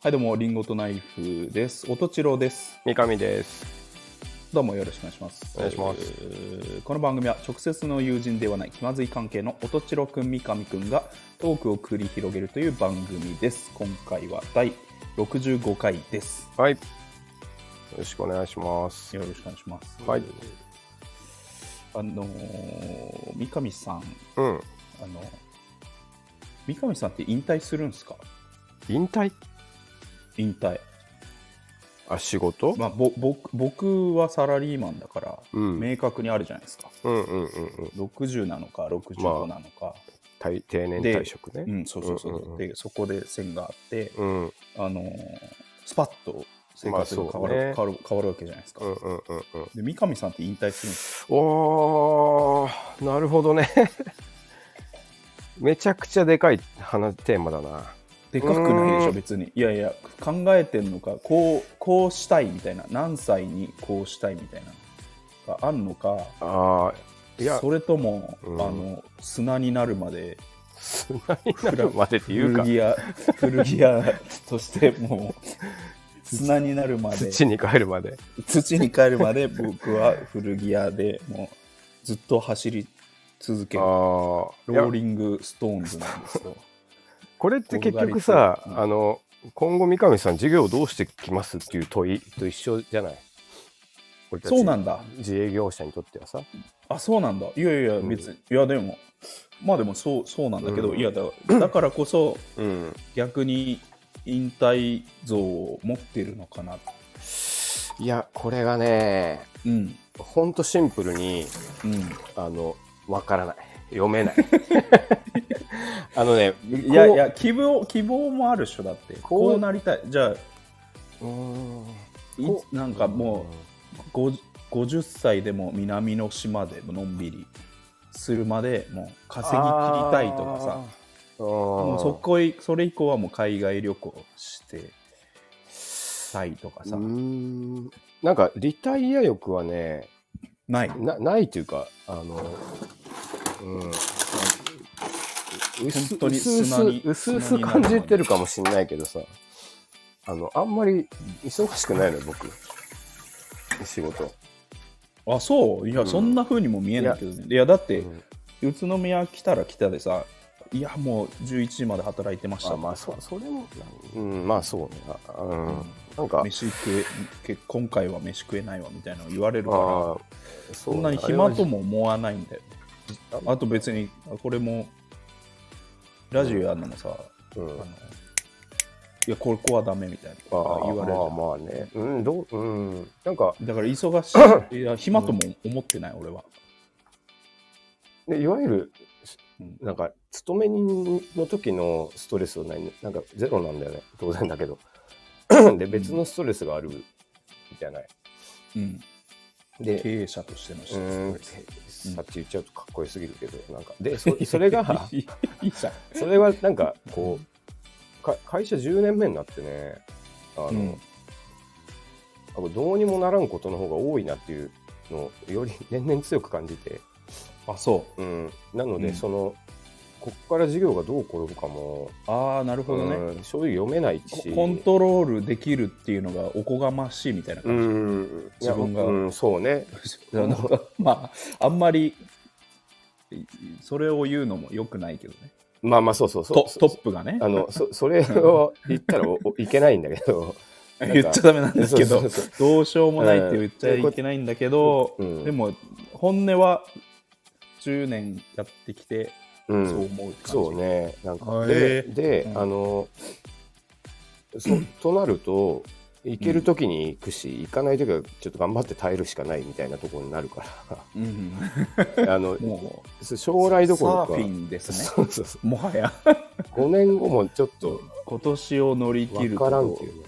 はい、どうも、リンゴとナイフです。おとちろです。三上です。どうもよろしくお願いします。お願いしますえーこの番組は直接の友人ではない気まずい関係のおとちろくん、三上くんがトークを繰り広げるという番組です。今回は第65回です。はい。よろしくお願いします。よろしくお願いします。はい。あのー三上さん、うん。あの、三上さんって引退するんですか引退引退。あ、仕事、まあ、ぼ僕僕はサラリーマンだから、うん明確にあるじゃないですか。うんうんうんうん。 60なのか65なのか、退定年退職ね。うん、そうそうそう,、うんうんうんでそこで線があって、うん。うんあのースパッと生活が変わる,、まあ変そわる変わるわけじゃないですか、うんうんうん。で三上さんって引退するんですおー、なるほどね。 めちゃくちゃでかい話テーマだな。でかくないでしうょん別にいやいや考えてんのかこうこうしたいみたいな何歳にこうしたいみたいなのがあんのかあー、いや、それとも、うんあの砂になるまで何なるまでっていう古か着、屋古着屋としても う砂になるまで土に帰るまで。土に帰るまで僕は古着屋でもうずっと走り続けあるーいやローリングストーンズなんですよ。これって結局さ、うんあの今後三上さん授業をどうしてきますっていう問いと一緒じゃない俺たちそうなんだ。自営業者にとってはさあ、そうなんだ。いやいや、ん別に、いやでも、まあでもそうそうなんだけど、うんいやだだからこそうん逆に引退像を持ってるのかな。いやこれがねうん、ほんとシンプルにうん。あのわからない読 めないあのねいやこういや、希望希望もあるっしょだって。こうこうなりたい。じゃあ、うーんいこうなんかもう、ご50歳でも南の島でのんびりするまでもう稼ぎ切りたいとかさあーもうそこいそれ以降はもう海外旅行してたいとかうーさんなんかリタイア欲はねないなないというかあのうん薄本当に薄砂に々薄砂に々なる感じてるかもしれないけどさあのあんまり忙しくな いのよ僕仕事あそういや、うんそんな風にも見えないけどねいやだってうん、宇都宮来たら来たでさいやもう11時まで働いてましたあまあそそれもうんまあそうねあうんなんか飯食えけ今回は飯食えないわみたいなの言われるからあーそそんなに暇とも思わないんだよねあと別にあこれもラジオやるのもさ、うあんのいやこれここはダメみたいなあこと言われるじゃーまあまあねうんどううんなんかんだから 忙しいいや暇とも思ってない俺は、でいわゆるうんなんか勤め人の時のストレスはないなんかゼロなんだよね当然だけどで別のストレスがあるじゃないうんで経営者としてのうーん質さっき言っちゃうとかっこよすぎるけどなんか でそそれがいいじゃんそれがなんかこうか会社10年目になってねあの、うんなんかどうにもならんことの方が多いなっていうのをより年々強く感じて、あそうん、なので、うんそのこっから事業がどう転ぶかもうああなるほどね、うん正直読めないこしコントロールできるっていうのがおこがましいみたいなう感じ、ん自分がいやうん、そうね なんかまああんまりいそれを言うのもよくないけどねまあまあそうそうそうトトップがねあのそそれを言ったらおおいけないんだけどなん か言っちゃダメなんですけどそうそうそうどうしようもないって言っちゃいけないんだけど、うんでも本音は10年やってきてうそんう思うって感じ、そうねなんかあでえーで、うんあのそとなると行ける時に行くし行かない時はちょっと頑張って耐えるしかないみたいなところになるかうん、 らあのも将来うどサころーかフィンですそねうそうそもはやう5年後もちょっと今年を乗り切分るからんとっていうね、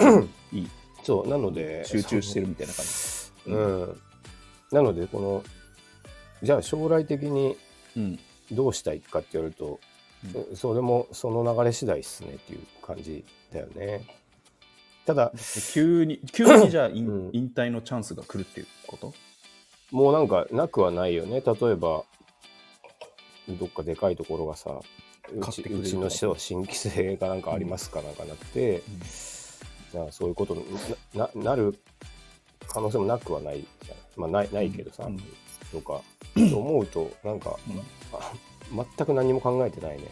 うん、いいそうなので集中してるみたいな感じ、うん、なのでこのじゃあ将来的にうん、どうしたいかって言われると、それもその流れ次第っすねっていう感じだよねただ急 に急にじゃあ、引うん引退のチャンスが来るっていうこともうなんかなくはないよね例えばどっかでかいところがさう買ってちくれるうちの人は新規性がなんかありますかなんかなくて、なそういうことになななる可能性もなくはないじゃない、まあ、ないないけどさ、うんとかと思うとなんか、うんあ全く何も考えてないね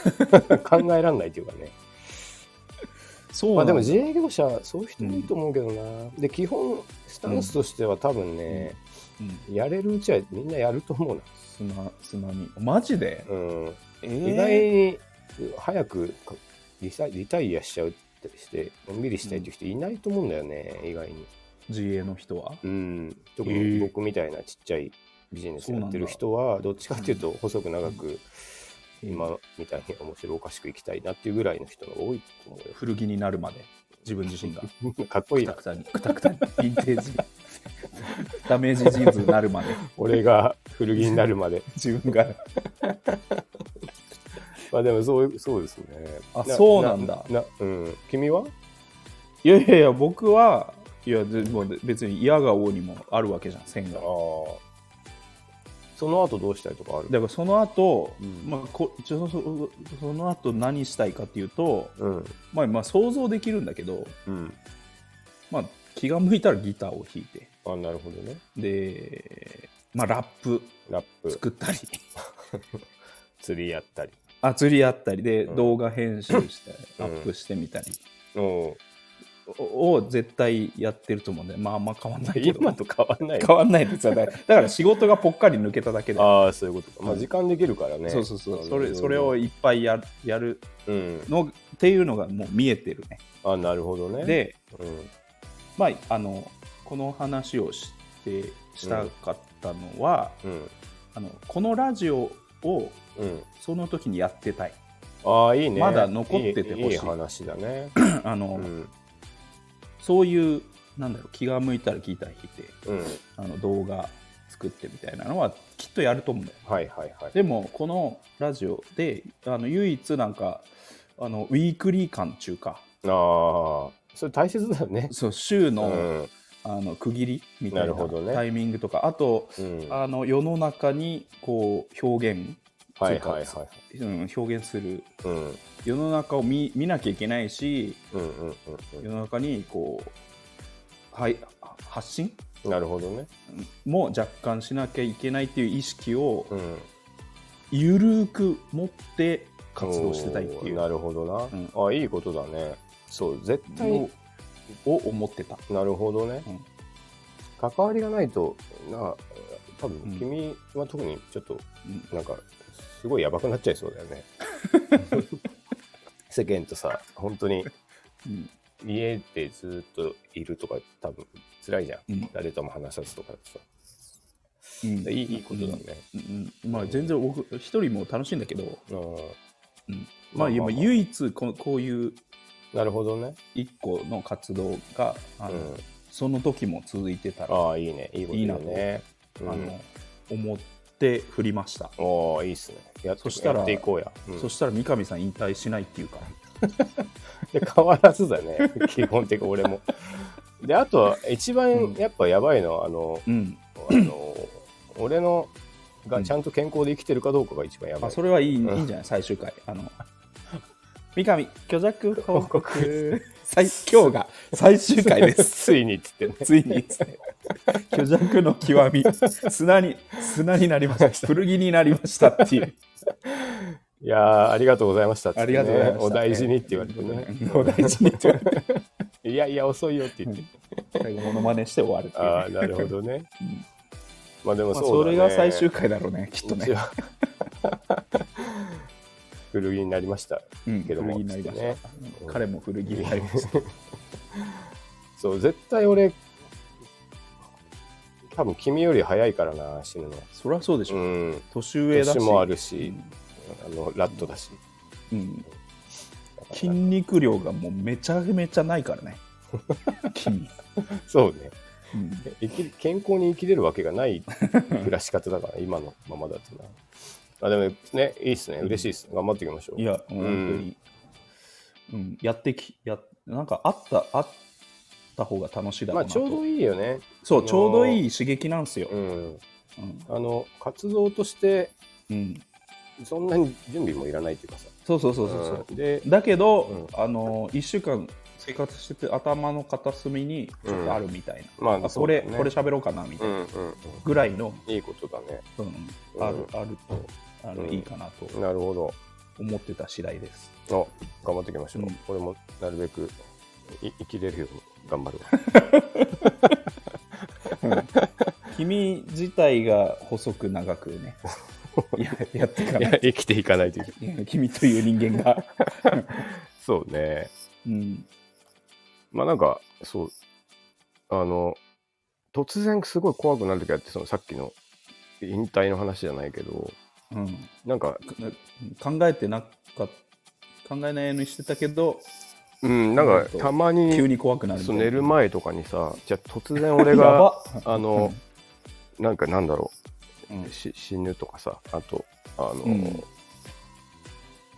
考えらんないというかねそうまなあんでだも自営業者そういう人もいいと思うけどな、で基本スタンスとしては多分ね、うんやれるうちはみんなやると思うな、つまつまみマジで、うん、え意外に早くかリタリタイアしちゃうってしてのんびりしたいっていう人いないと思うんだよね、意外に、自営の人はうん、特へにえ僕みたいなちっちゃいビジネスやってる人はどっちかっていうと細く長く今みたいに面白おかしく行きたいなっていうぐらいの人が多いと思古着になるまで自分自身がうよかっこいくたいなくたにくたくたにヴィンテージ ダメージジーンズになるまで俺が古着にな るまで自分がまあでもそういうそうですねあそうなんだなうん、君はいやいやいや僕はいやでも別に嫌が王にもあるわけじゃん線あがあその後どうしたりとかあるだからその後、うんまあこちょそその後何したいかっていうと、うんまあ、まあ想像できるんだけど、うんまあ、気が向いたらギターを弾いてあなるほどねで、まあ、ラップラップ作ったり、釣りやったり あ釣りやったりで、うん動画編集して、うんアップしてみたりお うをを絶対やってると思うんでまああんま変わんないけど今と変わんないよ変わんないですよだからだから仕事がぽっかり抜けただけで、ああそういうことかまあ時間できるからねそうそうそうあのそれそれをいっぱいややるうんのっていうのがもう見えてるねあなるほどね、でうんまああのこの話をしてしたかったのは、うんあのこのラジオをうん、その時にやってたい ああいいねまだ残っててほしいいいい話だね、あの、うんそういうなんだろう気が向いたらギター弾いてうん、あの動画作ってみたいなのはきっとやると思うんだよはいはいはいでもこのラジオであの唯一なんかあのウィークリー感中かああそれ大切だよねそう週うの,、ん、あの区切りみたいなるなほどねタイミングとか、あとうん、はあの世の中にこう表現、いはいはいそうん、表現するうん世の中を見見なきゃいけないしうんうんうん世の中にこう、はい、発信うんなるほどねも若干しなきゃいけないっていう意識をうんゆるーく持って活動してたいっていおーなうるほどな、うあいいことだねそう絶対のを思ってた。なるほどね、うん関わりがないとな多う分ん君は特にちょっとうんなんかすごいやばくなっちゃいそうだよ ね世間とさ本当にうん家でずっといるとか多分辛いじゃん、うん誰とも話さずとかさうんいいいいことだね、うんうんまあ全然僕一人も楽しいんだけど、うんうんまあまあまあ今唯一このこういうなるほどね、一個の活動があうの、ん、その時も続いてたらあああいいねいいことだねうんの思って振りました、おーいいっすねやっそしたらやっていこうや、うんそしたら三上さん引退しないっていうかで変わらず だね基本的に俺もであとは一番やっぱやばいのはあの、うんあの俺のがちゃんと健康で生きてるかどうかが一番やばあい、それはいい,、うんいいんじゃない最終回あの三上虚弱報報告最今日が最終回で すついにっつってねついにですね虚弱の極み砂に砂になりま した古着になりましたっていういやーありがとうございましたっつって、あね、りがとうございましたお大事にって言われてねお大事にって言われていやいや遅いよって言って、最後モノマネして終わるっていう ああなるほどねんまあでもまあそうそだ、れねが最終回だろうねきっとね一応古着になりましたうんけども古着になりました、ねうん彼も古着になりました、そう絶対俺多分君より早いからな死ぬの そりゃそうでしょ、うん年上だし年もあるし、あのラットだしうん、筋肉量がもうめちゃめちゃないから ね君、そうねうん生き健康に生きれるわけ がない暮らし方だから今のままだとなあでもねいいっすね嬉しいっす頑張っていきましょういいや本当に、うんやってきやなんかあったあった方が楽しいだろまうあなちと、ょうどいいよねそうちょうどいい刺激なんですよ、うんうんあの活動としてうんそんなに準備もいらないっていうかさ。そうそうそうそうそう、んで、だけど、うんあの1週間生活してて頭の片隅にちょっとあるみたいな、まあ、あそこうだれ、ねこれ喋ろうかなみたういんなうんうん。ぐらいの、いいことだね。うんうんあるあるとあの、うんいいかなとなるほど。思ってた次第です。お頑張っていきましょう。うん俺もなるべくい生きれるように頑張る わ。君自体が細く長く ねややってかいなやい生きていかないといけない。君という人間が、そうね。うん、まあなんか、そう、あの、突然すごい怖くなるときあって、そのさっきの引退の話じゃないけど、うん、なんか、考えてなかっ考えないようにしてたけどうん、なんなるかほどたまに急に怖くなるみたそいうな寝る前とかにさ、じゃあ突然俺や が、ばあの、なんかなんだろうんう、し死ぬとかさ、あと、あの、うん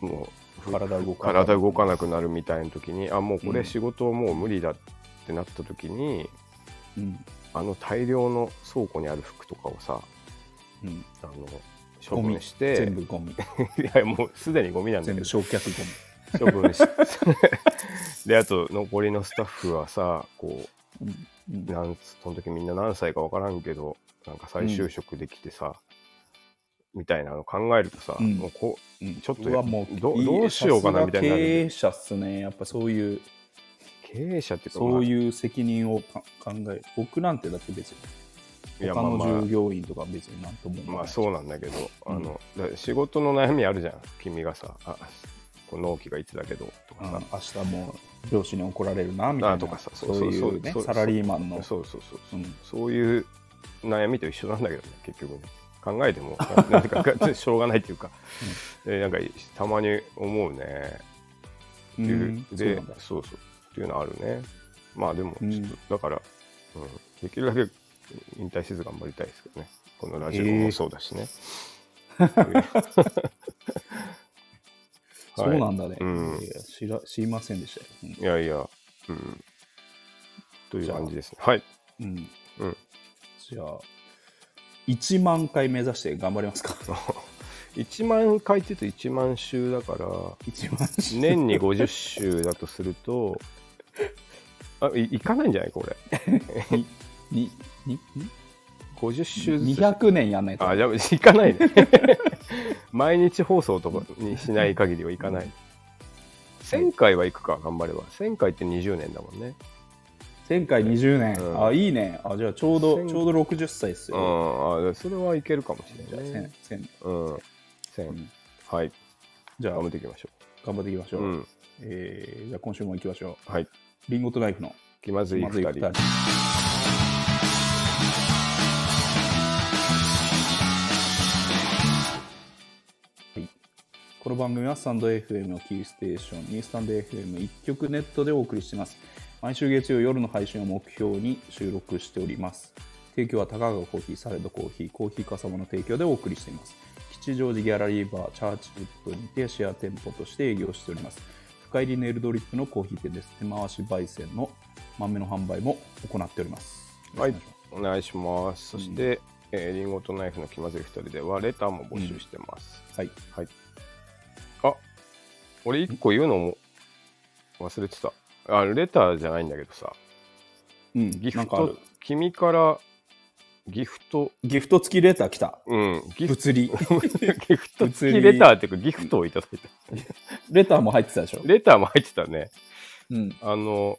もう、ふ体動かない体動かなくなるみたいな時にあもうこれ仕事もう無理だってなった時に、うんあの大量の倉庫にある服とかをさうん、あの処分して全部ゴミ いやもうすでにゴミなんだ全け部ど焼却ゴミ処 分してであと残りのスタッフはさこうんうんうなんその時みんな何歳か分からんけどなんか再就職できてさ、みたいなの考えるとさ、うんもうこうんちょっとうわもうどいいどうしようかなみたいになさするが経営者っすねやっぱそういうう経営者っていかそういう責任をか考える僕なんてだって別いにや他まあのまあ従業員とか別になんとも思わまなあいしそうなんだけど、うんあのだから仕事の悩みあるじゃん君がさあこう納期がいつだけどとかうんさ、明日も上司に怒られるなみたいあなとかさそういそううそうそうねそうサラリーマンのそうそうそうそう、うんそういう悩みと一緒なんだけどね結局ね考えて もななんていうかしょうがないっていうか、えなんかたまに思うねうっていうんそうでなんだそうそうっていうのあるねまあでもちょっと、うんだから、うん、できるだけ引退せず頑張りたいですけどねこのラジオえもーそうだしね、 そうなんだね、うんいや知ら知りませんでしたよ、うんいやいや、うん。という感じですね。はい。うんうん。じゃあ、1万回目指して頑張り ますか。 1万回って言うと1万週だから、 1万週年に50週だとする と、あ、いいかないんじゃないこれ。にににに50週ずつ。 200年やんないと。あ、じゃあ、いかないね。 毎日放送とかにしない限りはいかない。1000回は行くか、頑張れば。1000回って20年だもんね。前回20年。うんあ、いいね。あ、じゃあちょうど、千ちょうど60歳っすうよ。ん。あ、それはいけるかもしじゃれあ、ないね千。千うん。う1000ん。はい。じゃあ、頑張っ頑ていきましょ張っていきましう。ょう。うん。えーじゃあ今週も行きましょはい。う。リンゴとナイフの気まずいまずい2 2人人。。はいこの番組はスタンド FM をキーステーションにスタンド FM 一曲ネットでお送りしています。毎週月曜夜の配信を目標に収録しております。提供は高川コーヒー、サレドコーヒー、コーヒーかさまの提供でお送りしています。吉祥寺ギャラリーバー、チャーチウッドにてシェア店舗として営業しております。深入りネイルドリップのコーヒー店です。手回し焙煎の豆の販売も行っております。はいよろしくお願します、お願いします。そして、えーリンゴとナイフの気まずい2人ではレターも募集してます。はい。はい。あ、俺1個言うのも忘れてた。あ、レターじゃないんだけどさ、うん、ギなフんかあるト、君からギフト、ギフト付きレター来た。うん、ギフト、物 理。 ギフト物付理きレターっていうかギフトをいただいた。レターも入ってたでしょ。レターも入ってたね。うん。あの、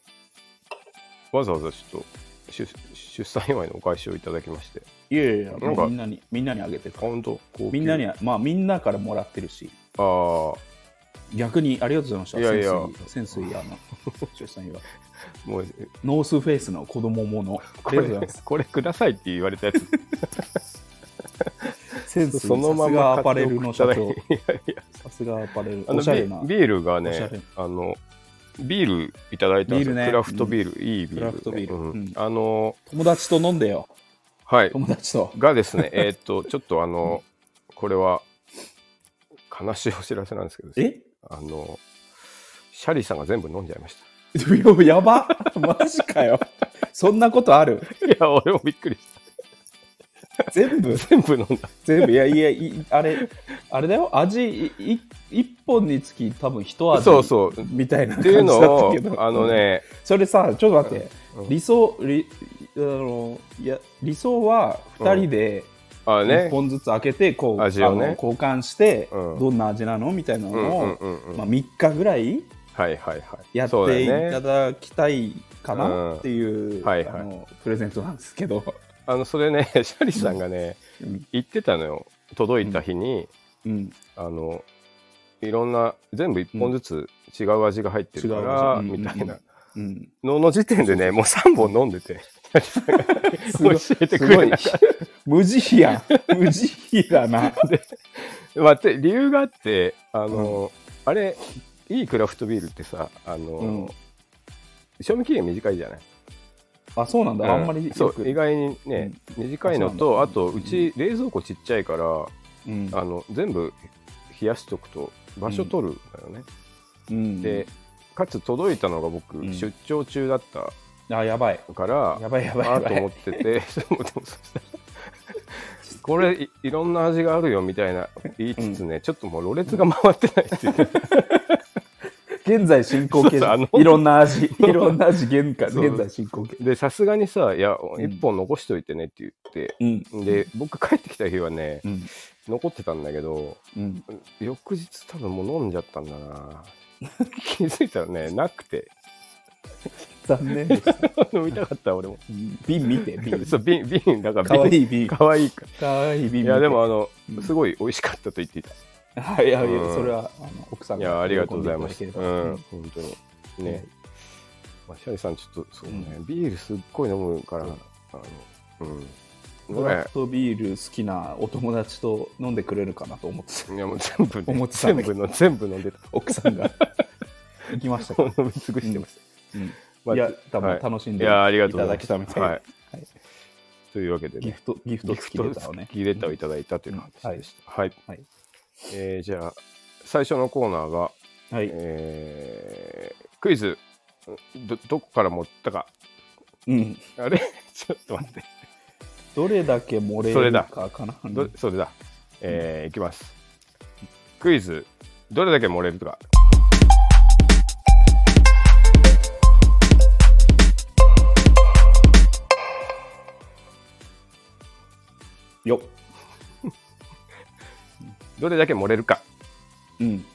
わざわざちょっと出出産祝いのお返しをいただきまして、いやいやいなんや、かみんなに、みんなにあげてるから。本当みんなには、まあみんなからもらってるし、ああ、逆にありがとうございました。いやいや潜水潜水あの、出産祝いもうノースフェイスの子供もの。あこりがれとうございます。これ くださいって言われたやつ、 潜水そのまさすがまアパレルの社買って長おく。いただいていやいやさすがアパレル。あのおしゃれなビ。ビールがおしゃねれ、あの、ビールいただいたんですビよールねクラフトビール、いいビール、クラフトビールうんうんあの、友達と飲んでよ。はい。友達と。がですね、 えーっと、ちょっとあの、これは、悲しいお知らせなんですけど、え あの、シャリさんが全部飲んじゃいましいややば。マジかよ。そんなことある。た。いや、俺もびっくりし全部た。全部飲んだ。全部いやいやいあれあれだよ、味いい一本につき多分一味そうそうっみたいな感てじだいうっのたをけど、あの、ねそれさ、ちょっと待って、うん理想理あのいや理想は2人であ1ね本ずつ開けて、こう味をねあの交換して、うんどんな味なのみたいなうんうんのを、うんうんまあ、3日ぐらいはいはいはいやっそうだていよねただきたいかうんなっていうはいはいあのプレゼントなんですけど。 あのそれね シャリさんがねうん言ってたのよ届いた日に、うんあのいろんな全部一本ずつ違う味が入ってるから、うん違う味みたいなうん、のの時点でねもう3本飲んでてす教ごいえてくれなかっすご い無慈悲や無慈悲だなた、まあ、て理由があってあの、あれいいクラフトビールってさあの、うん賞味期限短いじゃない、あそうなんだ、あんまりよくそう意外にね、短いのとああそとうなんだうち冷蔵庫ちっちゃいから、うんあの全部冷やしとくと場所取るんだよね、うんでかつ届いたのが僕、うん出張中だったあやばいからやばいやばいあやーばとい思っててでもでもそしたらこれいいろんな味があるよみたいな言いつつね、ちょっともうろれつが回ってないっていう現在進行形そうそうあのいろんな 味いろんな味現在そう現在進行形でさすがにさ「いやうん一本残しといてね」って言って、うんで僕帰ってきた日はねうん残ってたんだけどうん翌日多分もう飲んじゃったんだな気づいたらねなくて残念です飲みたかった俺も瓶見て 瓶そう瓶瓶だからかわ瓶いい瓶かわいいかかわいい瓶い見てやでもあの、うんすごい美味しかったと言っていたはいいやいやうんそれはあの奥さんいや、ありがとうございま喜す。んでうん、ただければうん本当に。ね。まあ、シャリさん、ちょっと、そうね、ビールすっごい飲むから、うんあの、うん。ドこラれフ、トビール好きなお友達と飲んでくれるかなと思 ってたいや、もう全部、思っね、てた全んだけ部の、全部飲んでた。奥さんが行きましたか飲み尽くしてましら、うん た。いやまあ多分はい楽しんでいや、ありがとうございいたまだす。けたみたいはいはい。というわけでギねフ、トギフト付きレターをギねフト付きレターをいただいたという話でした。はい。はいえーじゃあ、最初のコーナーが、はいえークイズ、ど、どこから持ったか。うんあれ ちょっと待って。どれだけ漏れそれるだかかなどそれだ、えーいきますクイズどれだけ漏れるかよっどれだけ漏れるか、うん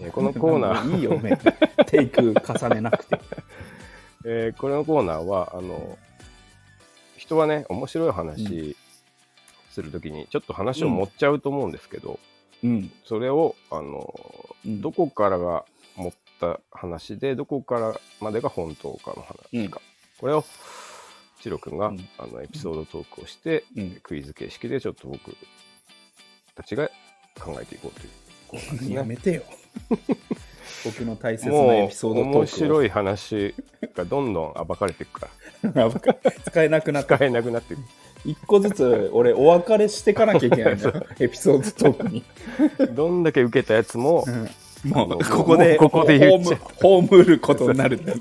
えー このコーナー、いいよね。テイク重ねなくて。えーこのコーナーはあの人はね面白い話するときにちょっと話を持っちゃうと思うんですけど、うん。それをあのうんどこからが持った話でどこからまでが本当かの話か、これをチロ君が、うんあのエピソードトークをして、うんクイズ形式でちょっと僕たちが考えていこうというコーナーですやねめ。てよ。 僕の大切なもエピうソードトークを面白い話がどんどん暴かれていくかあ僕使えなくならった。 使えなくなっていく一個ずつ俺お別れしてかなきゃいけないんだよ。 エピソードトークに。どんだけ受けたやつも も もううここで、もうここで言っちゃうホームホームることになるんだよ。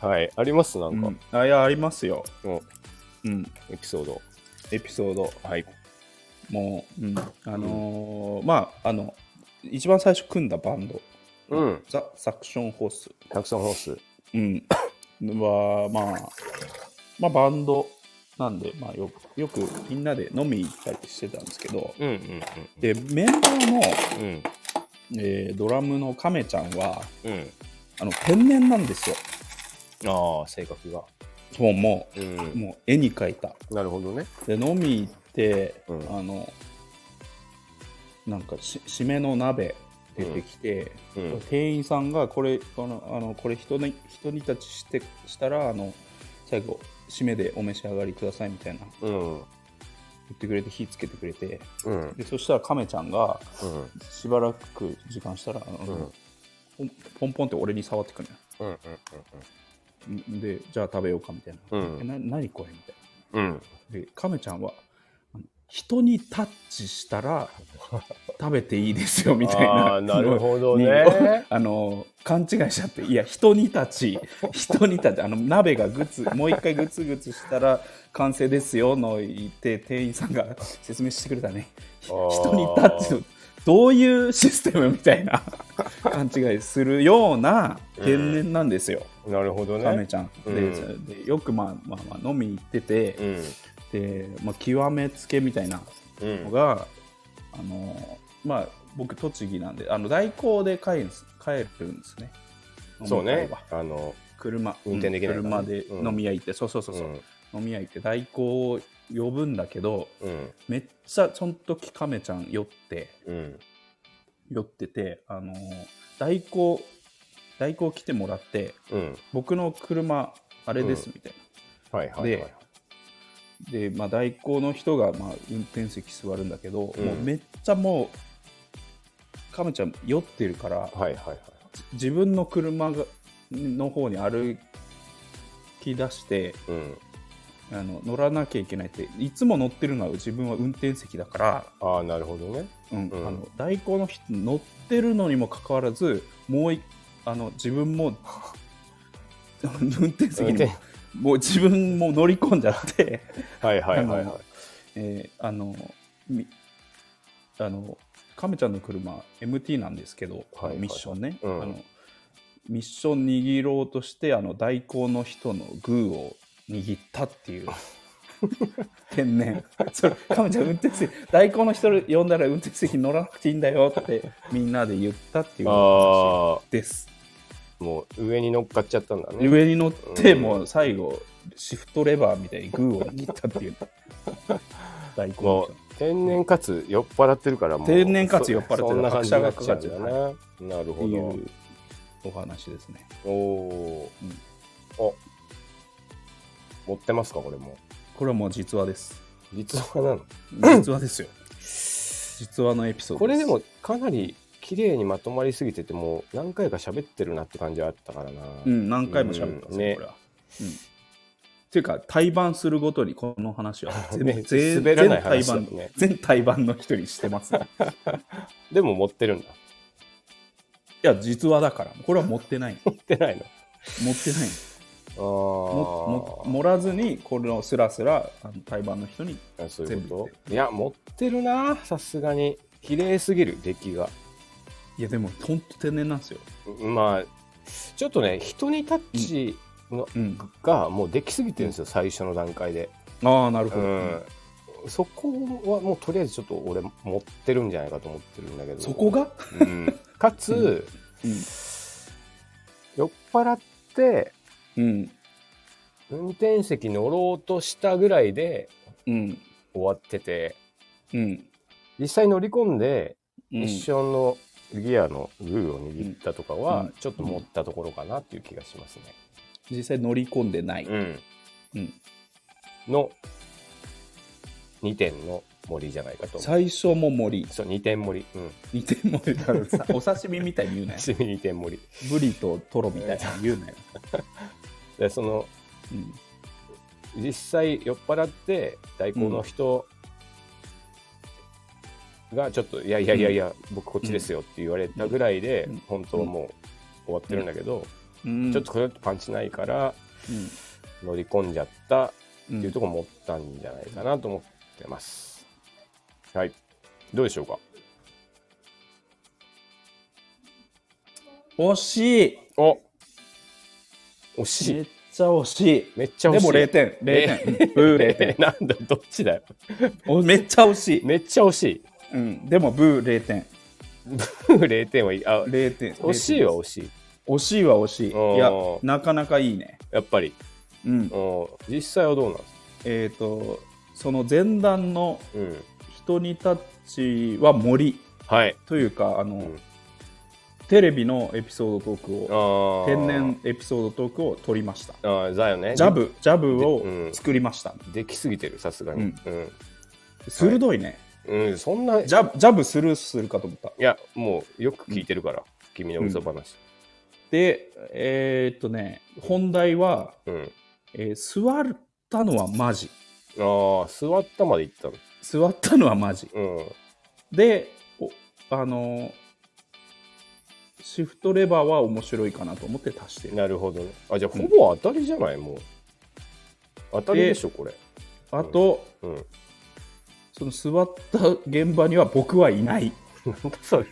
はいありますなうんか、んあ、いや、ありますよ。もうん。うエピソードエピソード。はいもう、うんあのーまあ、あの、一番最初組んだバンド、うんザ・サクション・ホース。たくさんホースうん、はまあ、まあ、バンドなんで、まあ、よくよくみんなで飲み行ったりしてたんですけど、うんうんでメンバーの、うんうんえードラムの亀ちゃんはうんあの天然なんですよ。ああ性格がそうもううんもう絵に描いた。なるほどねで飲み行って、うんあのなんかし締めの鍋出てきて、うんうん店員さんがこれこのあのこれ人に人にたちしてしたらあの最後締めでお召し上がりくださいみたいなうん言ってくれて火つけてくれてうんでそしたら亀ちゃんがうんしばらく時間したらあうんの、ポンポンポンって俺に触ってくるうんうんのよんでじゃあ食べようかみたいな「うんえな何これ?」みたいうん なで亀ちゃんはあの人にタッチしたら食べていいですよみたいなあーなるほ どねそのに あの勘違いしちゃっていや人にたち 人にたちあの鍋がグツもう一回グツグツしたら完成ですよの言って店員さんが説明してくれたねあー人にタッチのどういうシステムみたい な勘違いするような天然なんですよ、 なるほどカメね。ちゃん。で,、うんでよく、まあまあ、まあ飲みに行ってて、うん。で、まあ、極めつけみたいなうのん。が、あのまあ僕栃木なんであの代行で帰るんです帰るんですね。そう飲みね会は。あの、車運転できないからね車でうん飲み屋行って、そうそうそうそう、飲み屋行って代行を呼ぶんだけどうん。めっちゃその時カメちゃん酔ってうん。酔っててあの代行代行来てもらってうん。僕の車あれですみたいな。はいはいはいで。で、まあ、代行の人が、まあ、運転席座るんだけど、うんもうめっちゃもう亀ちゃん酔ってるから、はいはいはい。自分の車がの方に歩き出してうん。あの乗らなきゃいけないっていつも乗ってるのは自分は運転席だから、ああ、なるほどね。うんうんあの代行の人乗ってるのにもかかわらずもういあの自分 も運転席にももう自分も乗り込んじゃって。はいはいはいはい。えーあのみあの亀ちゃんの車 MT なんですけど、はいはいミッションね、うんあのミッション握ろうとしてあの代行の人のグーを握ったって いう天然それ亀ちゃん運転席代行の人呼んだら運転席に乗らなくていいんだよってみんなで言ったっていう話あですあ、もう上に乗っかっちゃったんだね。上に乗ってうんもう最後シフトレバーみたいにグーを握ったっていう 代行のも人う天然かつ酔っ払ってるからもう天然かつ酔っ払ってるそんな感じになっちゃ拍車うがんかかっだねなるってほいどうお話ですね。おおー、あ持ってますかこれもこれはもう実話です。実話なの実話ですよ。実話のエピソードこれすでもかなり綺麗にまとまりすぎててもう何回か喋ってるなって感じはあったからなうん、何回も喋ったんですよ、ねこれは。うんっていうか、対バンするごとにこの話は全 ね全滑らな全対い話だバよン、ね全対バンの人にしてます、ね。でも持ってるんだいや、実話だから、これは持ってない。持持ってないのってない。 あももー盛らずに、これをスラスラあの対バンの人に。あそういう全部言こっといや持ってるなさすがに綺麗すぎる出来がいや、でも、本当天然なんですよ。まあちょっとね人にタッチのうん。がもうできすぎてるんですよ、最初の段階で、ああ、なるうほど。ん、そこはもうとりあえずちょっと俺持ってるんじゃないかと思ってるんだけどそこ、が、うん、かつ、うん酔っ払ってうん。運転席乗ろうとしたぐらいでうん。終わっててうん。実際乗り込んでうん一瞬のギアのグーを握ったとかは、うんちょっと持ったところかなっていう気がしますね。実際乗り込んでない、うんうんの2点の森じゃないかと思う。最初も森そう2点森。うん似てもいたら さお刺身みたいに言うなよ趣 味2点盛りブリとトロみたいに言うなよ、 でそのうん実際酔っ払って代行の人がちょっと「いやいやいやいや、僕こっちですよ」って言われたぐらいで、うん本当はもう終わってるんだけど、うん、ちょっとこれだとパンチないからうん、乗り込んじゃったっうんていうところ持ったんじゃないかなと思ってます。はいどうでしょうか惜しいお惜しめいっちゃ惜しいめっちゃ惜しいでも0点0点、ブー0点 なんだどっちだよおめっちゃ惜しい、めっちゃ惜しいうん、でもブー0点0点はいいあ0点惜しいは惜しい惜しいは惜しいいやおーなかなかいいねやっぱりうんうん実際はどうなんですかえっ、とその前段のうん人にタッチは森はいというかあの、んテレビのエピソードトークをあー天然エピソードトークを撮りましたあーだよねジャブジャブうをん作りました、できすぎてるさすがにうん、鋭いね、うんそんなジャブジャブスルーするかと思ったいやもうよく聞いてるから、君の嘘話でえーっとね本題は、うん、えー座ったのはマジああ座ったまで行った座ったのはマジのでおあのシフトレバーは面白いかなと思って足してるなるほどね。あ、じゃあ、ほぼ当たりじゃない、もう。当たりでしょ、これ。あと、うん。その座った現場には僕はいないなんだそれ。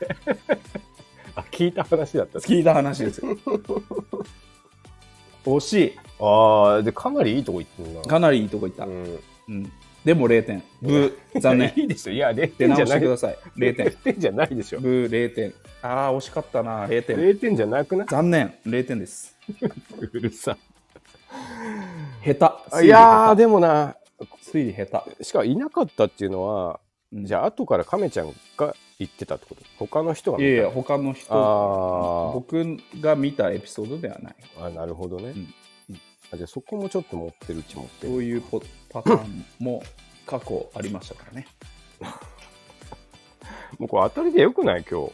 あ、聞いた話だった。聞いた話です よ惜しいああ、で、かなりいいとこ行ってんな。かなりいいとこいった、ううんん。でも0点ブー残念いやいいでしょ。いや、0出点じ直ゃしなてい。ください0点0点じゃないでしょ。ブー0点ああ惜しかったな0点0点じゃなくない残念0点ですうるさ下手推理下手い。いやー、でもな、推理下手しかもいなかったっていうのは、うんじゃあ、後から亀ちゃんが言ってたってこと他の人がい見たやいや他の人あー僕が見たエピソードではないあなるほどね、うんあじゃあそこもちょっと持ってるうち持っそてるういうポパターンも過去ありましたからねもうこれ当たりでよくない今日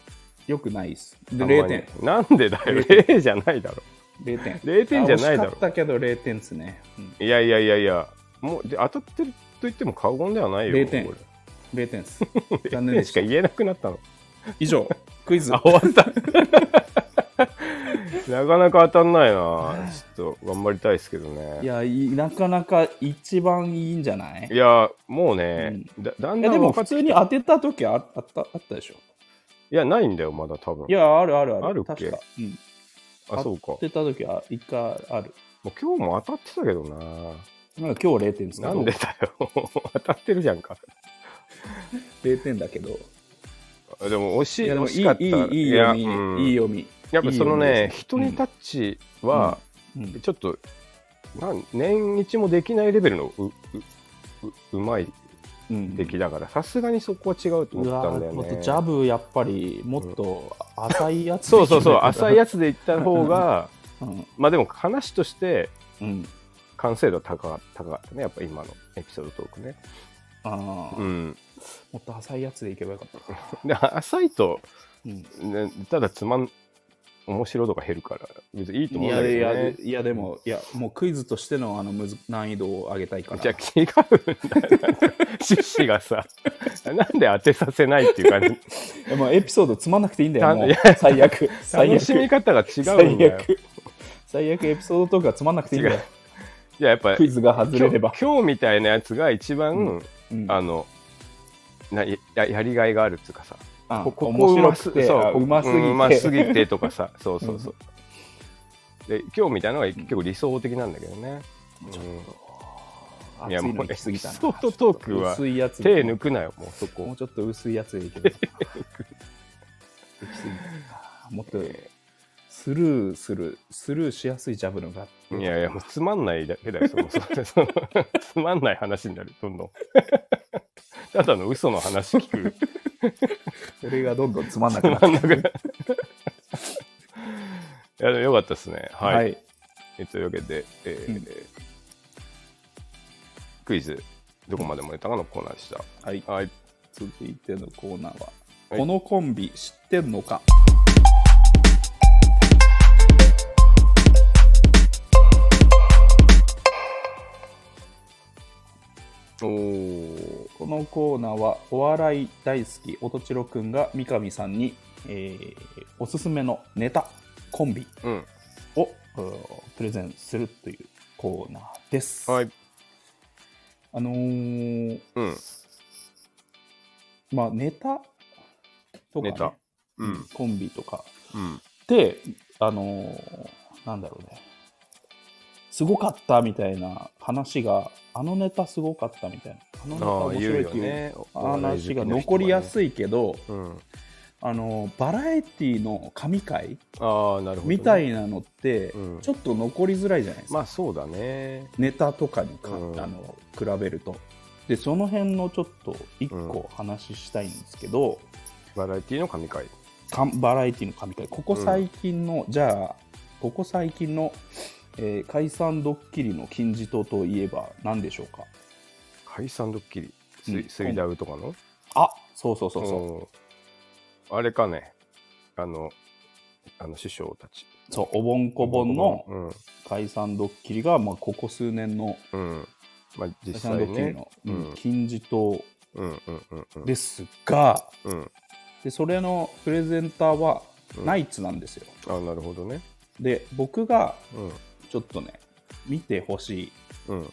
よくないですあでんまり0点なんでだよ0 0じゃないだろ0点0点じゃないだろあ惜しかったけど0点ですね、うん、いやいやいやいやもうで当たってると言っても過言ではないよ0点こ0点です れ残念で0点ししたか言えなくなったの以上クイズあ終わった なかなか当たんないなちょっと頑張りたいですけどねいやいなかなか一番いいんじゃないいやもうね、だだんいだやんでも分か普って通に当てた時ああったあったでしょいやないんだよまだ多分いやあるあるあるあるっ確けか、うん、あそうか当てた時は一回あるもう今日も当たってたけどななんか今日0点ですけどなんでだよ 当たってるじゃんか0点だけどでも惜しいいやでも惜いしかったいいいいいや読み、うんいい読みやっぱそのいねい人にタッチは、読みですねちょっとなん年一もできないレベルのううううまいうんうん出来だからさすがにそこは違うとう思ったわんだよもっとねジャブやっぱりもっと浅いやつでそうそうそう決めてた浅いやつでいった方が うんまあでも話としてうん完成度高か高かったねやっぱ今のエピソードトークねああ、うんもっと浅いやつでいけばよかったか、で浅いとうんね、ただつまん面白度が減るから別にいいとい思うんだやけいど、ね、やいやでもいやもうクイズとしてのあのむず難易度を上げたいからじゃあ違うんだよなんか趣旨がさ なんで当てさせないっていう感じいやもうエピソードつまんなくていいんだよたもういや最悪最楽悪しみ方が違うんだ最よ悪最悪エピソードトークはつまんなくていいんだよ違じゃあやっぱクイズが外今れ日れば、今日みたいなやつが一番、ううんあのなややりがいがあるっていうかさあこここ面う白まくすてそうあうますぎてうますぎてとかさ そうそうそう、で今日みたいなのが結構理想的なんだけどね、ちょっうんといや熱いものう行き過ぎたなエピソードトークは薄いやつ手抜くなよもうそこもうちょっと薄いやつでいけばよかった行き過ぎたなもっとスルーするスルーしやすいジャブのがいやいや、もうつまんないだけだよ、そのそのそのつまんない話になる、どんどん。 ただの嘘の話聞 く。それがどんどんつまんなつくまなってんなくなる。いや、でもよかったですね。はい。はいえというわけで、えーうんクイズ、どこまでもネタかのコーナーでしはいた。はい。続いてのコーナーは、はいこのコンビ知ってんのかおーこのコーナーはお笑い大好き音千代くんが三上さんに、えーおすすめのネタコンビうん。をうんプレゼンするというコーナーです、はい。あのーうん。まあネタとか、ね、ネタうん。コンビとかうん。であのーなんだろうねすごかったみたいな話があのネタすごかったみたいなあのネタああ、面言白ういっよていうね。話が残りやい。すいけど、うん。あのバラエティの神回ああ、なるほどね、みたいなのってうんちょっと残りづらいじゃないですか、まあ、そうだね。ネタとかにか、うんあの比べるとでその辺のちょっと一個話したいんですけど、バラエティの神回。かんバラエティの神回ここ最近の、じゃあここ最近の、えー解散ドッキリの金字塔といえば何でしょうか解散ドッキリスうんイスイダウとかの、あそうそうそうそう、うんあれかねあのあの師匠たちそうおぼんこぼんのうん解散ドッキリが、まあ、ここ数年のうんまあ実解散際ドッキリねの、ううんん金字塔うんうんうんうんですが、うんでそれのプレゼンターはうんナイツなんですよ、あなるほどね。で僕がうん。ちょっとね見てほしいうん。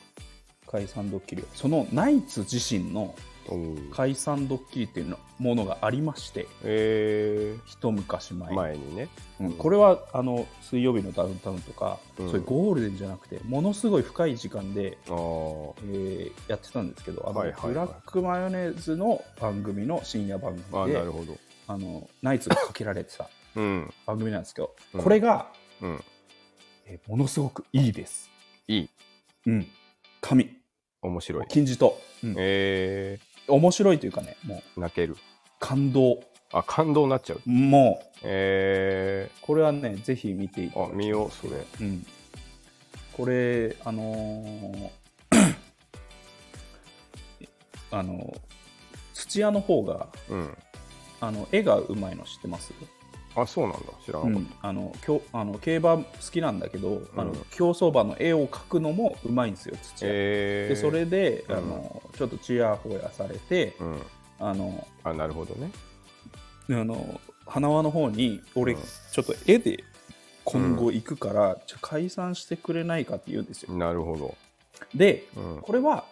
解散ドッキリをそのナイツ自身のおう解散ドッキリっていうのものがありましてえ一昔前ー、前にね。うんこれはあの水曜日のダウンタウンとか、うんそういうゴールデンじゃなくてものすごい深い時間で、ああ。えーやってたんですけどあの、はいはいはいブラックマヨネーズの番組の深夜番組あーでなあるほど。のナイツがかけられて たうん。番組なんですけど、うんこれが、うん。えーものすごくいいです。いい。うん、神面白い。金字塔、うんえ面白いというかねもうー、泣ける。感動あ、感動になっちゃう。もうえこれはねぜひ見ていたー、だあ、見よう、それ。うん、これあのー あのー土屋の方がうん。あの絵がうまいの知ってます、あ、そうなんだ。知らうなかっんあのきょあの競馬好きなんだけど、あのうん競走馬の絵を描くのもうまいんですよた。土屋、えでー、それで、うんあのちょっとチヤホヤされて、うん。あのあ、なるほどね。あの花輪の方に俺、うんちょっと絵で今後行くから、ちょ解散してくれないかって言うんですよなるほど。でうん。これは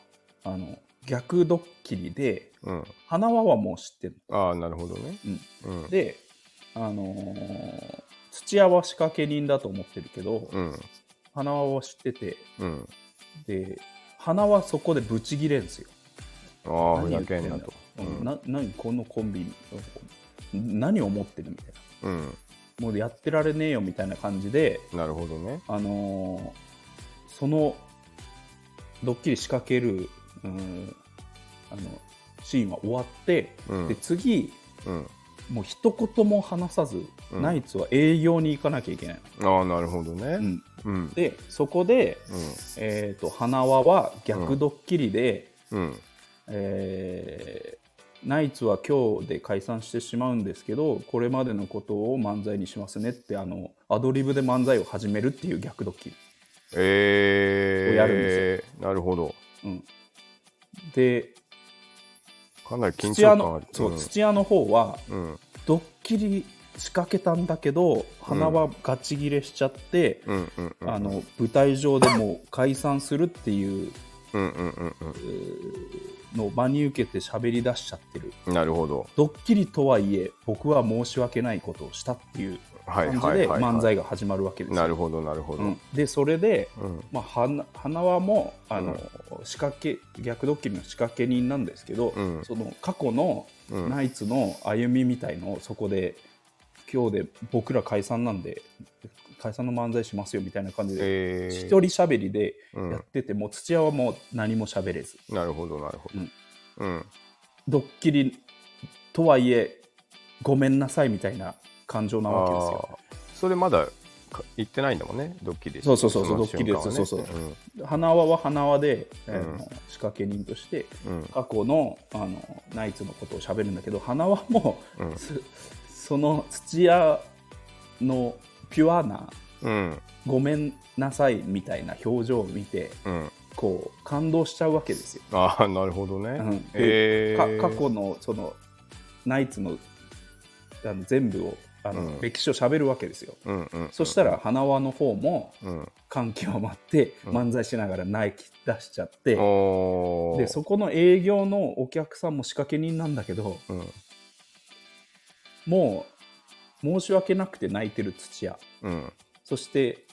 あの逆ドッキリでうん。花輪はもう知ってるああ、なるほどね。うん。うん。で、あのー土屋は仕掛け人だと思ってるけど、うん。花輪は知っててうん。で花輪そこでブチギレんですよ。ああ、何ふざ言ってけんんだなとと。。うんな何このコンビ何を思ってるみたいうん。なもうやってられねえよみたいな感じで、なるほどね。あのーそのドッキリ仕掛ける、うんあのシーンは終わって、うんで次うん。もう一言も話さず、うんナイツは営業に行かなきゃいけないああ、なるほどの、ね。うん。でそこで、えー、と花輪は逆ドッキリで、うん。うん。えーナイツは今日で解散してしまうんですけどこれまでのことを漫才にしますねってあのアドリブで漫才を始めるっていう逆ドッキリ、えをー、やるんでなるほど。うん、でかなり緊土屋張感あのる。そう土屋の方はうん。ドッキリ仕掛けたんだけど花輪ガチギレしちゃって、うん。うん。うん。あの舞台上でもう解散するっていううんうんうんえーのを真に受けて喋り出しちゃってるうん。なるほど。ドッキリとはいえ僕は申し訳ないことをしたっていうはい感じはいはい、ではい。漫才が始まるわけですよなるほど、なるほど。ううんん。でそれで、うん。まあ、花花輪もあの、仕掛け逆ドッキリの仕掛け人なんですけど、うんその過去のうんナイツの歩みみたいのをそこで今日で僕ら解散なんで解散の漫才しますよみたいな感じでえ一ー、人しゃべりでうんやってて、もう土屋はもう何もしゃべれずなるほど、なるほど。うん。ドッキリとはいえごめんなさいみたいな感情なわけですよあーそれまだか言ってないんだもんね、ドッキリ。そうそうそうそうの瞬間はねドッキリですそうそうん花輪は花輪で、えーうん仕掛け人としてうん過去のあのナイツのことをしゃべるんだけど花輪も、うんすその土屋のピュアなうんごめんなさいみたいな表情を見てうん。こう感動しちゃうわけですよ。ああ、なるほどね。うんでえー、か過去のそのナイツのあの全部をあの、うん歴史をしゃべるわけですよ、うんうん、そしたら花輪の方もうん、感極まってうん漫才しながら泣き出しちゃって、おーでそこの営業のお客さんも仕掛け人なんだけどうんもう申し訳なくて泣いてる土屋うん、そして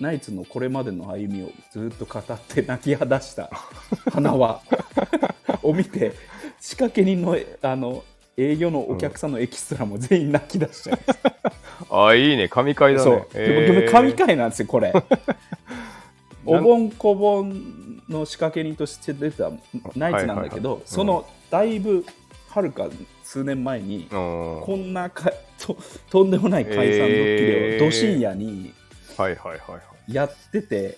ナイツのこれまでの歩みをずっと語って泣き果た した花輪を見て仕掛け人のあの営業のお客さんのエキストラも全員泣き出しちゃう、あいいね神回だねそう、でもでも神回なんですよ これお盆こぼんの仕掛け人として出てたナイツなんだけど、はいはいはいうんそのだいぶはるか数年前に、うんこんなかととんでもない解散ドッキリをど深夜にはいはいはいはい、やってて、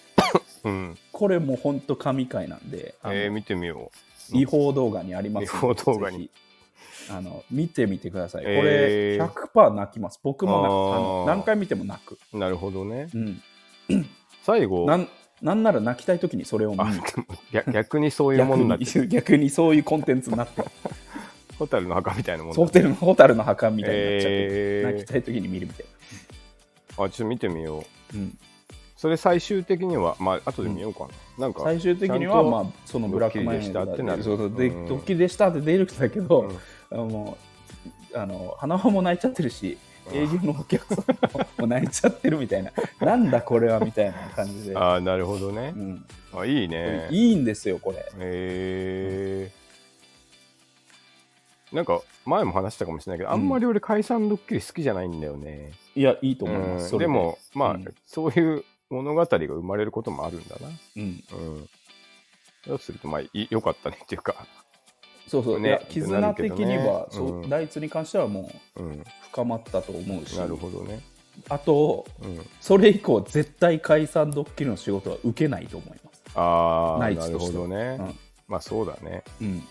うんこれもうほんと神回なんで、あのえー、見てみよ違法動画にありますんで違法動画にぜひあの見てみてください。これえー100%泣きます。僕も泣くあーあの何回見ても泣く。うなるほどねうん、最後なんなんなら泣きたい時にそれを見あるでも逆逆にそういうも逆のになっに てる逆にそういうコンテンツになってるホタルの墓みたいなもんだホテルのホタルの墓みたいになっちゃって、えー泣きたい時に見るみたいあちょっと見てみような、うん、それ最終的にはまあ後で見ようかな、なんか最終的にちゃはんとまあそのブラックマヨネーズだドッキリでしたってなるそうそうでうんドッキリでしたって出るんだけうどん、あのもうあの花輪も泣いちゃってるしうん営業のお客さんももう泣いちゃってるみたいななんだこれはみたいな感じで、ああなるほどねう、ん、あいいねいいんですよこれへえなんか前も話したかもしれないけど、あんまり俺解散ドッキリ好きじゃないんだよね、いやいいとうん思います、それでもまあ、うんそういう物語が生まれることもあるんだなうん、うんそうするとまあい良かったねっていうか、そうそう、ねいや絆的には、ってなるけどねそううん第一に関してはもううん、深まったと思うしなるほどね、あとうん、それ以降絶対解散ドッキリの仕事は受けないと思います、ああナなイツるとほしてはどね、うんまあそうだねうん、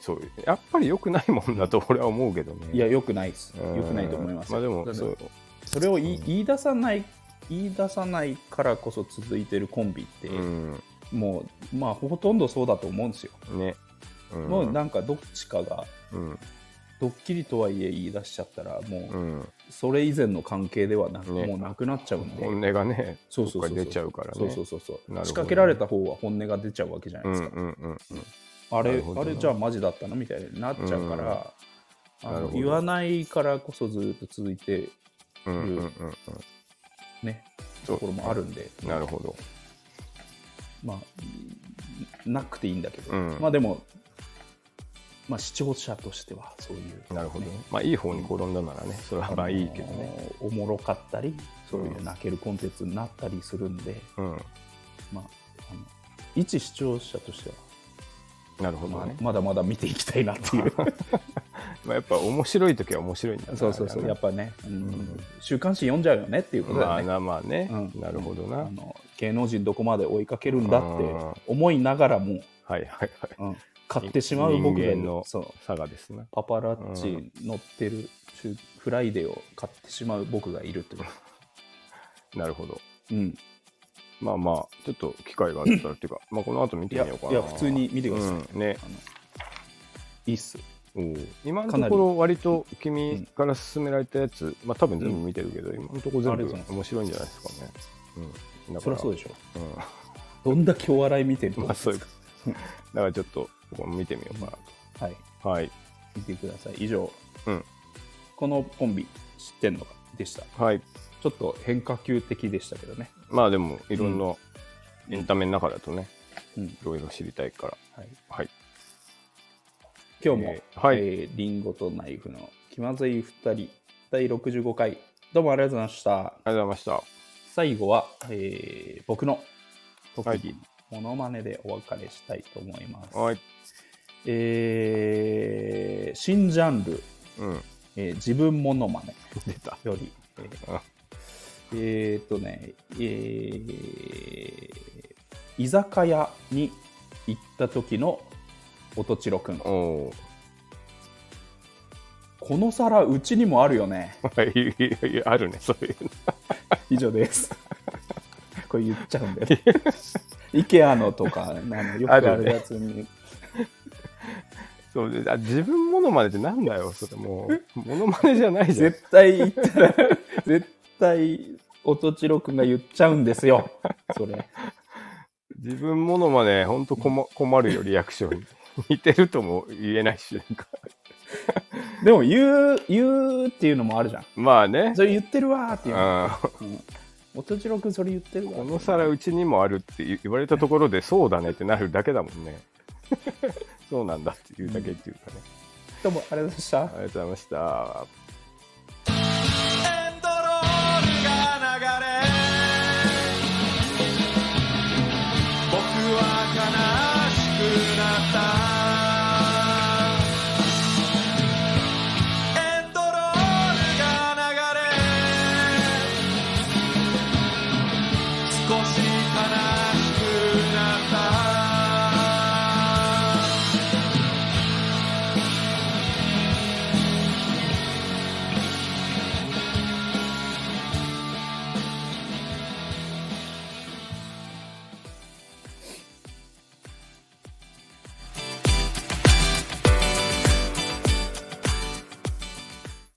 そうやっぱり良くないもんだと俺は思うけどねいやよくないですうんよくないと思いますまあよでもだってそうそれをい、うん言い出さない言い出さないからこそ続いてるコンビって、うんもうまあほとんどそうだと思うんですよ、ねうんもうなんかどっちかがうんドッキリとはいえ言い出しちゃったらもううんそれ以前の関係ではなく、ねもうなくなっちゃうんで、本音がねそうそうそうそうどっかに出ちゃうからねそうそうそうそう、なるほどね仕掛けられた方は本音が出ちゃうわけじゃなういんですうんか、うんうんあなれるほどあねれじゃあマジだったのみたいになっちゃうから、うんあなるのほど言わないからこそずっと続いてうんうんうんねそうところもあるんで、うんなるほどまあなくていいんだけど、うんまあでも、まあ、視聴者としてはそういうなるほどねまあいい方に転んだならねそれはまあいいけどねあのおもろかったりそういううん泣けるコンテンツになったりするんで、うんまあ、あの一視聴者としては、なるほどまあね、まだまだ見ていきたいなって いうまあやっぱ面白い時は面白いんだなそうそうそうあれやはっぱね、うん、週刊誌読んじゃうよねっていうことだよねね、まあなまあねうんなるほどなあの芸能人どこまで追いかけるんだって思いながらも、はいはいはいうん、買ってしまう僕ら人間のそう差がですねパパラッチ乗ってる中、フライデーを買ってしまう僕がいるという、なるほどうん、まあまあちょっと機会があったらっていうかまあこの後見いてやみいようかないや普通に見てください、うんねいいっす今のかなとりころ割と君から勧められたやつ、まあ多分全部見てるけど、今のところあ全りがとうございます部面白いんじゃないですかね。うん、だそりからゃそうでしょうん、だかどんだけお笑い見てるとまあそう いうらちょっとここ見てみようかなはいと。はい、見てください以上、うんこのコンビ知ってんのかでしたはい、ちょっと変化球的でしたけどね、まあでもいろんなエンタメの中だとね、うんいろいろ知りたいから。はい、はい、今日も、えーはいえーリンゴとナイフの気まずい2人第65回どうもありがとうございましたありがとうございまし最後は、えー僕の特技はのモノマネでお別れしたいと思います、た。はい、えー新ジャンル、うん、えー自分モノマネ出た。よりえうんーえーっとねえー居酒屋に行った時の音千代くんおおこの皿うちにもあるよ ねー、はいいやいや、あるね、そういうの。以上です これ言っちゃうんだよね IKEA のとかあのよくあるやつに、そうであ自分モノマネってなんだよ、それもう、モノマネじゃない じゃん。 絶対言ったら絶対音千代くんが言っちゃうんですよそれ自分ものまね、ほんと困困るよ、リアクションに。似てるとも言えないし、なんか。でも言う言うっていうのもあるじゃんまあね。それ言ってるわーってういんうのうん音千代くんそれ言ってるわこの皿うちにもあるって言言われたところで、そうだねってなるだけだもんね。そうなんだっていうだけっていうかね。どうもありがとうございましたありがとうございました。エンドロールが流れ僕は悲しくなったエンドロールが流れ少し悲